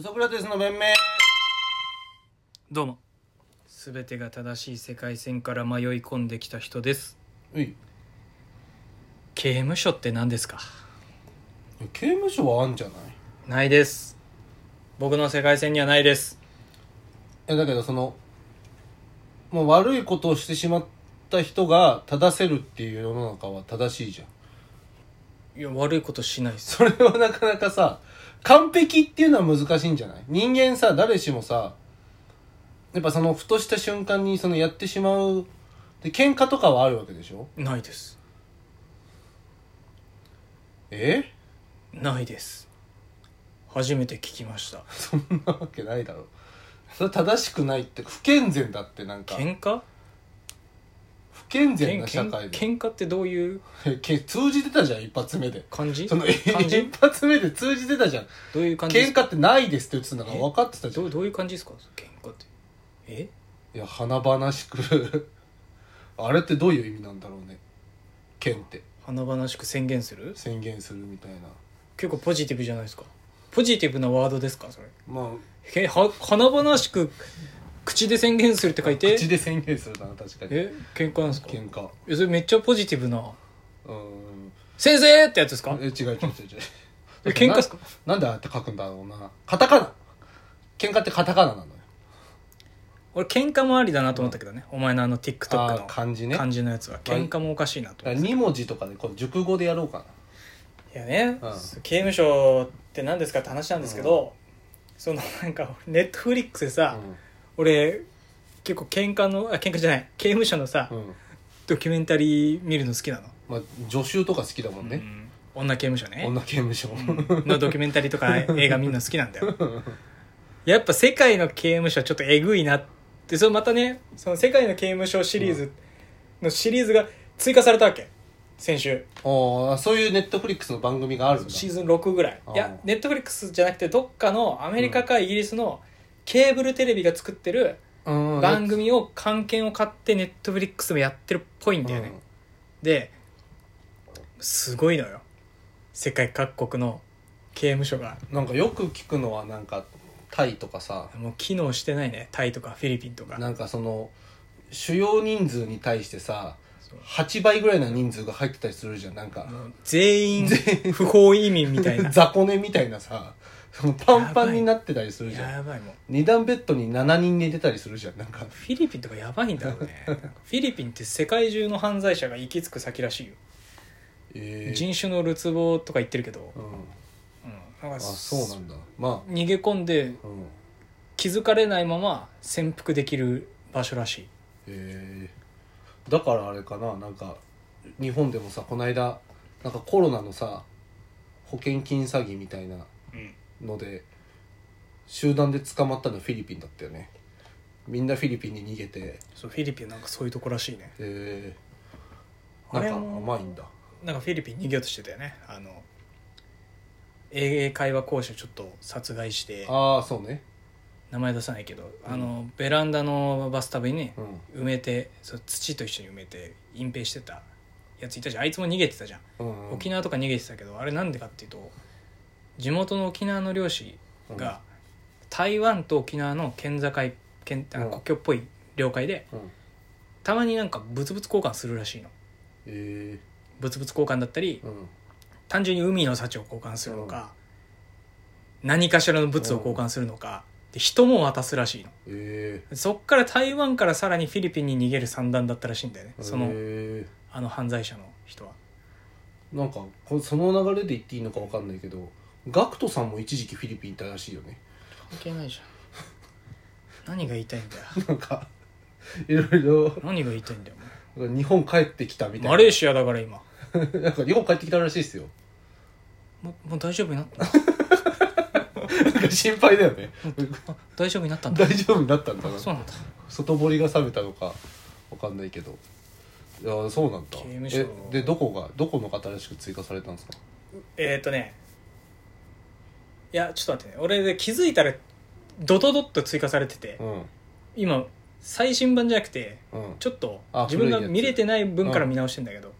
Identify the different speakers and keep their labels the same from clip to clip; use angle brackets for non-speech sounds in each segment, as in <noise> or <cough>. Speaker 1: ソクラテスの弁明
Speaker 2: どうも全てが正しい世界線から迷い込んできた人です
Speaker 1: うい
Speaker 2: 刑務所って何ですか
Speaker 1: 刑務所はあんじゃない
Speaker 2: ないです僕の世界線にはないです
Speaker 1: えだけどそのもう悪いことをしてしまった人が正せるっていう世の中は正しいじゃん
Speaker 2: いや悪いことしないです
Speaker 1: それはなかなかさ完璧っていうのは難しいんじゃない人間さ誰しもさやっぱそのふとした瞬間にそのやってしまうで喧嘩とかはあるわけでしょ
Speaker 2: ないです
Speaker 1: え
Speaker 2: ないです初めて聞きました
Speaker 1: そんなわけないだろそれは正しくないって不健全だってなんか
Speaker 2: 喧嘩
Speaker 1: 不健全
Speaker 2: 喧
Speaker 1: な社
Speaker 2: 嘩
Speaker 1: 会で
Speaker 2: 喧嘩ってどういう
Speaker 1: <laughs> け通じてたじゃん一発目で
Speaker 2: 感じ
Speaker 1: そ
Speaker 2: <laughs>
Speaker 1: の
Speaker 2: 感じ
Speaker 1: 一発目で通じてたじゃん
Speaker 2: どういう感じです
Speaker 1: 喧
Speaker 2: か
Speaker 1: 嘩ってないですって言ってたのが分かってたじゃん
Speaker 2: どうどういう感じですか喧嘩ってえ
Speaker 1: いや華々しく <laughs> あれってどういう意味なんだろうね剣って
Speaker 2: 華々しく宣言する
Speaker 1: 宣言するみたいな
Speaker 2: 結構ポジティブじゃないですかポジティブなワードですかそれ
Speaker 1: まあ
Speaker 2: えは華々しく口で宣言するって書いて
Speaker 1: 口で宣言するだな確かに
Speaker 2: え喧嘩なんですか
Speaker 1: 喧嘩
Speaker 2: えそれめっちゃポジティブな
Speaker 1: うーん
Speaker 2: 「先生!」ってやつですか
Speaker 1: え違う違う違う違う
Speaker 2: <laughs> え喧嘩っすか
Speaker 1: ななんでああやって書くんだろうなカタカナ喧嘩ってカタカナなのよ
Speaker 2: 俺喧嘩もありだなと思ったけどね、お前のあの TikTok
Speaker 1: あ
Speaker 2: の
Speaker 1: あ漢字ね
Speaker 2: 感じのやつは喧嘩もおかしいなと思って
Speaker 1: 2文字とかでこう熟語でやろうかない
Speaker 2: やね、
Speaker 1: うん
Speaker 2: 刑務所って何ですかって話なんですけど、そのなんかネットフリックスでさ、俺結構喧嘩のあ喧嘩じゃない刑務所のさ、
Speaker 1: うん、うん
Speaker 2: ドキュメンタリー見るの好きなの、
Speaker 1: まあ、助手とか好きだもん
Speaker 2: う
Speaker 1: ね、
Speaker 2: ん女刑務所ね
Speaker 1: 女刑務所、
Speaker 2: <laughs>
Speaker 1: <laughs>
Speaker 2: のドキュメンタリーとか映画見るの好きなんだよやっぱ世界の刑務所ちょっとえぐいなってそれまたねその世界の刑務所シリーズのシリーズが追加されたわけ先週
Speaker 1: ああそういうネットフリックスの番組があるんだ
Speaker 2: シーズン6ぐらい
Speaker 1: あー
Speaker 2: いやネットフリックスじゃなくてどっかのアメリカかイギリスのケーブルテレビが作ってる
Speaker 1: うん
Speaker 2: 番組を関係を買ってネットフリックスもやってるっぽいんだよね、ですごいのよ世界各国の刑務所が
Speaker 1: うんなんかよく聞くのはなんかタイとかさ
Speaker 2: もう機能してないねタイとかフィリピンとか
Speaker 1: なんかその主要人数に対してさ
Speaker 2: そう
Speaker 1: 8倍ぐらいの人数が入ってたりするじゃんなんか
Speaker 2: もう全員不法移民み
Speaker 1: <laughs>
Speaker 2: たいな
Speaker 1: 雑魚寝みたいなさそのパンパンになってたりするじゃん
Speaker 2: やばいもう
Speaker 1: 二段ベッドに7人寝てたりするじゃんなんか
Speaker 2: フィリピンとかやばいんだろう
Speaker 1: <laughs>
Speaker 2: ねなんかフィリピンって世界中の犯罪者が行き着く先らしいよ、
Speaker 1: え
Speaker 2: 人種のるつぼとか言ってるけど、
Speaker 1: うん、
Speaker 2: うん、なんか
Speaker 1: あそうなんだま
Speaker 2: 逃げ込んで
Speaker 1: あうん
Speaker 2: 気づかれないまま潜伏できる場所らしい
Speaker 1: へえだからあれかななんか日本でもさこの間なんかコロナのさ保険金詐欺みたいな
Speaker 2: うん
Speaker 1: ので集団で捕まったのフィリピンだったよねみんなフィリピンに逃げて
Speaker 2: そうフィリピンなんかそういうとこらしいね
Speaker 1: えー、な
Speaker 2: あ
Speaker 1: ん
Speaker 2: れ
Speaker 1: か
Speaker 2: も
Speaker 1: 甘いんだ
Speaker 2: なんかフィリピン逃げようとしてたよねあの英会話講師をちょっと殺害して
Speaker 1: ああそうね
Speaker 2: 名前出さないけど、あのベランダのバスタブにね、
Speaker 1: うん
Speaker 2: 埋めてそう土と一緒に埋めて隠蔽してたやついたじゃんあいつも逃げてたじゃん、
Speaker 1: うんうん
Speaker 2: 沖縄とか逃げてたけどあれなんでかっていうと地元の沖縄の漁師が台湾と沖縄の県境県あ
Speaker 1: うん
Speaker 2: 国境っぽい領海で
Speaker 1: うん
Speaker 2: たまになんか物々交換するらしいの
Speaker 1: え
Speaker 2: 物々交換だったり
Speaker 1: ー、うん
Speaker 2: 単純に海の幸を交換するのか、何かしらの物を交換するのか、で人も渡すらしいの
Speaker 1: え
Speaker 2: そっから台湾からさらにフィリピンに逃げる算段だったらしいんだよね
Speaker 1: ー、
Speaker 2: その
Speaker 1: え
Speaker 2: あの犯罪者の人は
Speaker 1: ー、なんかこその流れで言っていいのかわかんないけどガクトさんも一時期フィリピンいたらしいよね
Speaker 2: 関係ないじゃん何が言いたいん
Speaker 1: <laughs>
Speaker 2: だよ
Speaker 1: なんか、いろいろ、
Speaker 2: 何が言いたいんだよ
Speaker 1: 日本帰ってきたみたいな。
Speaker 2: マレーシアだから今
Speaker 1: なんか日本帰ってきたらしいですよ。
Speaker 2: もうもう大丈夫に
Speaker 1: <laughs>
Speaker 2: なった
Speaker 1: なんか心配だよね。
Speaker 2: あ大丈夫になったんだ
Speaker 1: 大丈夫になったんだな。
Speaker 2: そうなんだ
Speaker 1: 外堀が冷めたのか、わかんないけど。いや、そうなんだ。
Speaker 2: 刑務所
Speaker 1: えで、どこが、どこの方らしく追加されたんですか
Speaker 2: えっ、ー、とねいやちょっと待ってね俺で気づいたらドドドッと追加されてて、
Speaker 1: うん。
Speaker 2: 今最新版じゃなくて
Speaker 1: うん。
Speaker 2: ちょっと
Speaker 1: あ
Speaker 2: 自分が
Speaker 1: 古いやつ
Speaker 2: 見れてない分から見直してんだけど、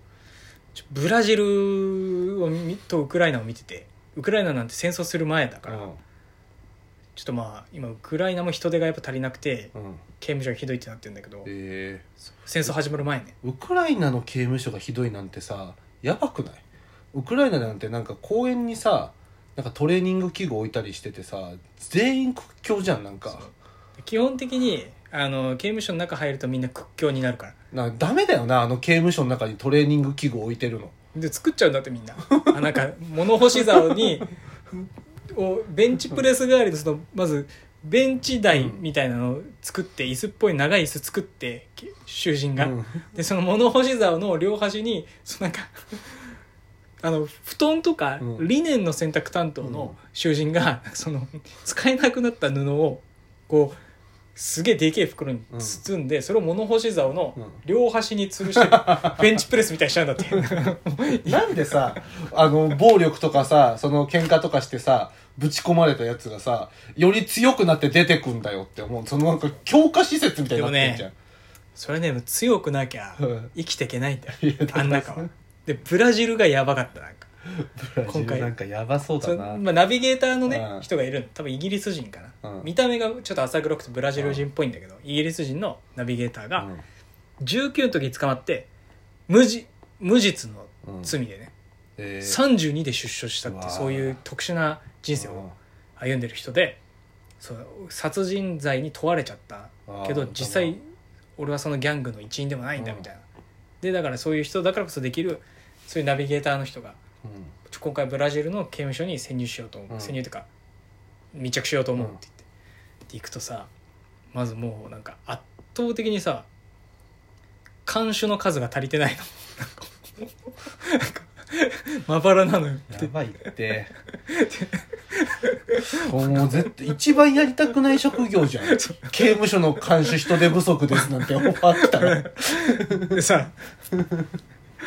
Speaker 2: ちょブラジルを見とウクライナを見ててウクライナなんて戦争する前だから、
Speaker 1: うん
Speaker 2: ちちょっとまあ今ウクライナも人手がやっぱ足りなくて
Speaker 1: うん
Speaker 2: 刑務所がひどいってなってるんだけど
Speaker 1: え
Speaker 2: 戦争始まる前ね
Speaker 1: ーウクライナの刑務所がひどいなんてさやばくないウクライナなんてなんか公園にさなんかトレーニング器具置いたりしててさ全員屈強じゃんなんか
Speaker 2: 基本的にあの刑務所の中入るとみんな屈強になるから
Speaker 1: なんかダメだよなあの刑務所の中にトレーニング器具置いてるの
Speaker 2: で作っちゃうんだってみんなあなんか物干し
Speaker 1: <laughs>
Speaker 2: 竿にをベンチプレス代わりのそのまずベンチ台みたいなのを作って椅子っぽい長い椅子作ってき囚人が、
Speaker 1: うん <laughs>
Speaker 2: でその物干し竿の両端にそのなんかあの布団とか
Speaker 1: うん
Speaker 2: リネンの洗濯担当の囚人が、その使えなくなった布をこうすげえでけえ袋に包んで、それを物干し竿の両端に吊るして、ベンチプレスみたいにしちゃうんだって。 <laughs>
Speaker 1: なんでさ、あの、暴力とかさ、その喧嘩とかしてさ、ぶち込まれたやつがさ、より強くなって出てくんだよって思う。そのなんか、強化施設みたいになってんじゃん。
Speaker 2: それね強くなきゃ
Speaker 1: うん
Speaker 2: 生きていけないんだよ
Speaker 1: いやだから
Speaker 2: あん中はでブラジルがやばかったなんか
Speaker 1: ブラジル
Speaker 2: 今回
Speaker 1: なんかやばそう
Speaker 2: そ
Speaker 1: だ
Speaker 2: う
Speaker 1: な。
Speaker 2: まあ、ナビゲーターのね、
Speaker 1: うん
Speaker 2: 人がいるの多分イギリス人かな、
Speaker 1: うん
Speaker 2: 見た目がちょっと浅黒くてブラジル人っぽいんだけど、イギリス人のナビゲーターが
Speaker 1: うん
Speaker 2: 19の時に捕まって無じ無実の罪でね、
Speaker 1: えー
Speaker 2: 32で出所したっ
Speaker 1: う
Speaker 2: て
Speaker 1: わー
Speaker 2: そういう特殊な人生を歩んでる人でそう殺人罪に問われちゃったけ
Speaker 1: あ
Speaker 2: ど
Speaker 1: ー
Speaker 2: 実際俺はそのギャングの一員でもないんだ
Speaker 1: うん
Speaker 2: みたいな、でだからそういう人だからこそできるそういうナビゲーターの人が
Speaker 1: うん
Speaker 2: ちょ今回ブラジルの刑務所に潜入しようと思う、
Speaker 1: うん
Speaker 2: 潜入というか密着しようと思うって言って、で行くとさまずもうなんか圧倒的にさ看守の数が足りてないのなんかまばらなのよ
Speaker 1: やばい <laughs> って。もう絶対、一番やりたくない職業じゃん。
Speaker 2: <laughs>
Speaker 1: 刑務所の看守人手不足ですなんてオファー来たら。
Speaker 2: でさ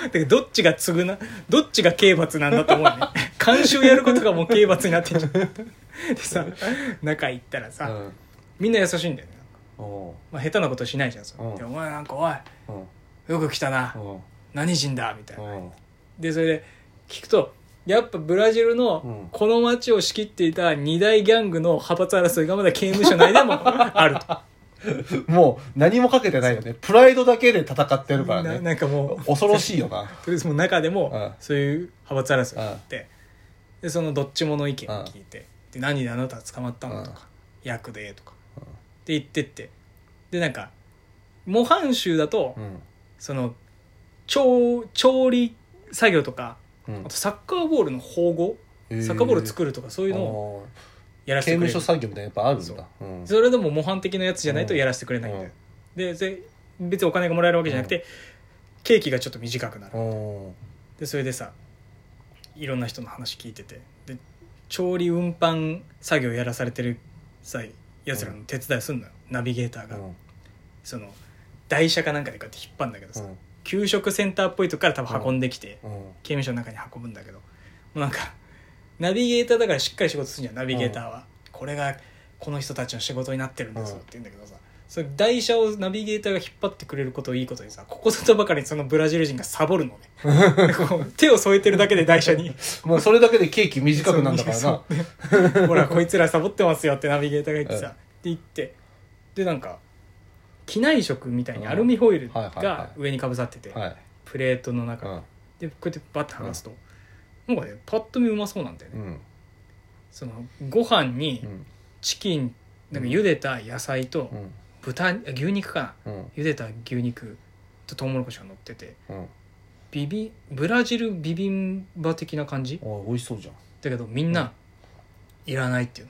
Speaker 2: だけどどっちが償などっちが刑罰なんだと思うね監修やることがもう刑罰になってんじゃんでさ中行ったらさ、
Speaker 1: うん
Speaker 2: みんな優しいんだよね、
Speaker 1: おう
Speaker 2: まあ、下手なことしないじゃんそれ
Speaker 1: うん
Speaker 2: でお前なんかおい
Speaker 1: うん
Speaker 2: よく来たな
Speaker 1: うん
Speaker 2: 何人だみたいな
Speaker 1: うん
Speaker 2: でそれで聞くとやっぱブラジル
Speaker 1: うん
Speaker 2: のこの街を仕切っていた二大ギャングの派閥争いがまだ刑務所内
Speaker 1: <laughs>
Speaker 2: でもあると
Speaker 1: もう何もかけてないよね。プライドだけで戦ってるから
Speaker 2: な
Speaker 1: ね。
Speaker 2: なんかもう
Speaker 1: 恐ろしいよな。
Speaker 2: とりあえずもう中で
Speaker 1: うん
Speaker 2: もそういう派閥争いがあってでそのどっちもの意見を聞いて「で何であなた捕まったの?」とか「役で」とか
Speaker 1: うん
Speaker 2: って言ってってでなんか模範囚だと
Speaker 1: うん。
Speaker 2: その調調理作業とか
Speaker 1: うん
Speaker 2: あとサッカーボールの縫合サッカーボール作るとかそういうのを
Speaker 1: の
Speaker 2: やらせ
Speaker 1: 刑
Speaker 2: て
Speaker 1: 務
Speaker 2: くれる
Speaker 1: 所作業みたいなやっぱあるん
Speaker 2: そ
Speaker 1: だ。うん
Speaker 2: それでも模範的なやつじゃないとやらせてくれないんだよでで別にお金がもらえるわけじゃなくて刑期がちょっと短くなる
Speaker 1: うん
Speaker 2: でそれでさいろんな人の話聞いててで調理運搬作業やらされてるさやつらの手伝いすんのよ、ナビゲーター
Speaker 1: う
Speaker 2: が、
Speaker 1: ん
Speaker 2: その台車かなんかでこうやって引っ張るんだけど
Speaker 1: う
Speaker 2: さ、
Speaker 1: ん
Speaker 2: 給食センターっぽいとこから多分運んできて、
Speaker 1: うん
Speaker 2: 刑務所の中に運ぶんだけどもうなんかナビゲーターだからしっかり仕事するんじゃんナビゲーターは、これがこの人たちの仕事になってるんですよって言うんだけどさ、その台車をナビゲーターが引っ張ってくれることをいいことにさここぞとばかりにそのブラジル人がサボるの
Speaker 1: <laughs>
Speaker 2: ねこう手を添えてるだけで台車に
Speaker 1: まあそれだけで刑期短くなんだからな。
Speaker 2: なほらこいつらサボってますよってナビゲーターが言ってさ、
Speaker 1: うん
Speaker 2: って言ってでなんか機内食みたいにアルミホイル
Speaker 1: うんはいはいは
Speaker 2: が上にかぶさってて、
Speaker 1: はい。
Speaker 2: プレートの中にでこうやってバッて話すと、なんかねパッと見うまそうなんだよ
Speaker 1: う
Speaker 2: ね、
Speaker 1: ん。
Speaker 2: そのご飯に
Speaker 1: うん。
Speaker 2: チキンなんか茹でた野菜と
Speaker 1: うん。
Speaker 2: 豚あ牛肉かな
Speaker 1: うん。
Speaker 2: 茹でた牛肉とトウモロコシが乗ってて
Speaker 1: うん。
Speaker 2: ビビブラジルビビンバ的な感じ
Speaker 1: おい美味しそうじゃ
Speaker 2: だけどみんな、いらないっていう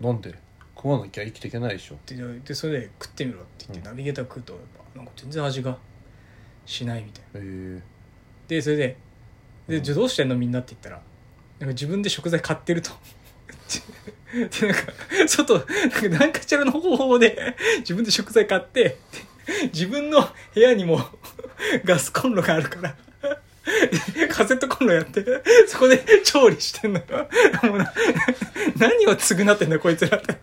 Speaker 2: の
Speaker 1: ん。なんで食わなきゃ生きていけないでしょ。
Speaker 2: でででそれで食ってみろって言って、
Speaker 1: うん
Speaker 2: ナビゲーター食うとやっぱなんか全然味がしないみたいな
Speaker 1: へえ。
Speaker 2: でそれで
Speaker 1: う
Speaker 2: で
Speaker 1: ん
Speaker 2: じゃあどうしてんのみんなって言ったらなんか自分で食材買ってると <laughs> でなんか外なんか何かしらの方法で自分で食材買ってで自分の部屋にもガスコンロがあるからでカセットコンロやってそこで調理してんのよもうな何を償ってんだこいつらって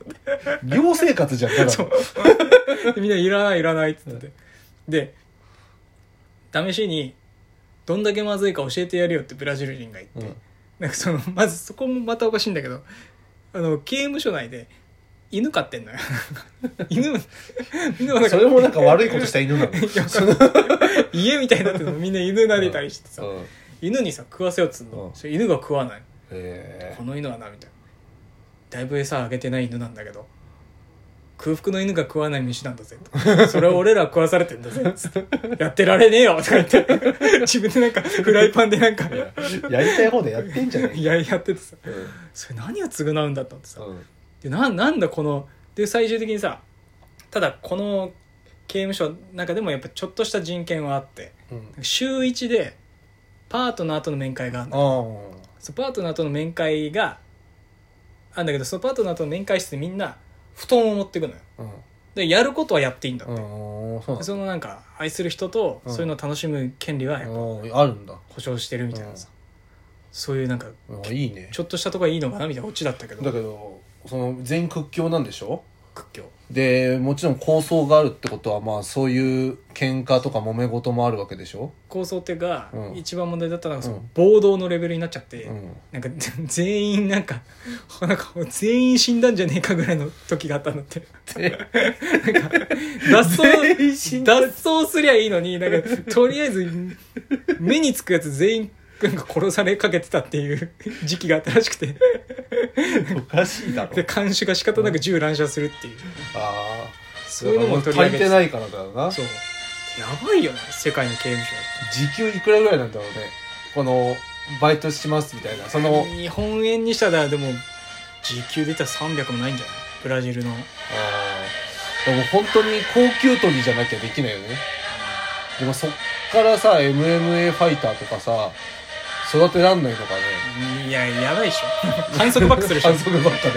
Speaker 1: 寮生活じゃん、ただ
Speaker 2: <laughs> そう
Speaker 1: <laughs>
Speaker 2: でみんないらないいらないって言っててで試しにどんだけまずいか教えてやるよってブラジル人が言って、
Speaker 1: うん
Speaker 2: なんかそのまずそこもまたおかしいんだけどあの刑務所内で犬飼ってんのよ <laughs> 犬犬をなんか
Speaker 1: それもなんか悪いことした犬
Speaker 2: <laughs>
Speaker 1: なのその
Speaker 2: 家みたいになってるのみんな犬撫でたりしてさ、
Speaker 1: うん
Speaker 2: 犬にさ食わせようっつうの、
Speaker 1: うん
Speaker 2: それ犬が食わない
Speaker 1: へ
Speaker 2: この犬はなみたいなだいぶ餌あげてない犬なんだけど空腹の犬が食わない飯なんだぜとそれを俺らは食わされてんだぜつってやってられねえよとか言って自分でなんかフライパンでなんかい
Speaker 1: えやりたい方でやってんじゃない
Speaker 2: ややっててさ
Speaker 1: うん
Speaker 2: それ何を償うんだったってさ
Speaker 1: うん
Speaker 2: でななんだこので最終的にさただこの刑務所の中でもやっぱちょっとした人権はあって
Speaker 1: うん
Speaker 2: 週1でパートナーとの面会があるの
Speaker 1: あー
Speaker 2: そうパートナーとの面会があんだけどそのパートナーとの面会室でみんな布団を持ってくのよ
Speaker 1: うん
Speaker 2: でやることはやっていいんだ、
Speaker 1: うんそうなんだ
Speaker 2: そのなんか愛する人と
Speaker 1: うん
Speaker 2: そういうのを楽しむ権利はやっぱ
Speaker 1: うんあるんだ
Speaker 2: 保障してるみたいなさ、そういうなんか
Speaker 1: うんいいね
Speaker 2: ちょっとしたとこはいいのかなみたいなオチだったけど
Speaker 1: だけどその全屈強なんでしょ
Speaker 2: 屈強
Speaker 1: でもちろん構想があるってことはまあそういう喧嘩とか揉め事もあるわけでしょ、
Speaker 2: 構想ってが
Speaker 1: うん
Speaker 2: 一番問題だったのがその
Speaker 1: うん
Speaker 2: 暴動のレベルになっちゃって、
Speaker 1: うん、
Speaker 2: なんか全員なんかなんか全員死んだんじゃねえかぐらいの時があったんだって
Speaker 1: <laughs>
Speaker 2: 脱走
Speaker 1: 全員死んだ
Speaker 2: 脱走すりゃいいのになんかとりあえず目につくやつ全員なんか殺されかけてたっていう時期があったらしくて
Speaker 1: おかしいだろ
Speaker 2: で看守が仕方なく銃乱射するっていう
Speaker 1: ああ
Speaker 2: そういうのも取り上げ
Speaker 1: 足り
Speaker 2: て
Speaker 1: てないからだよな
Speaker 2: そうやばいよね世界の刑務
Speaker 1: 時給いくらぐらいなんだろうねこのバイトしますみたいなその
Speaker 2: 所日本円にしたらでも時給で言ったら300もないんじゃないブラジルの
Speaker 1: あーでも本当に高級取りじゃなきゃできないよねでもそっからさ MMA ファイターとかさ育てらんないのかね
Speaker 2: <laughs> いややばいでしょ反則バックするでし
Speaker 1: <laughs>
Speaker 2: ょ
Speaker 1: 反則ばっかでも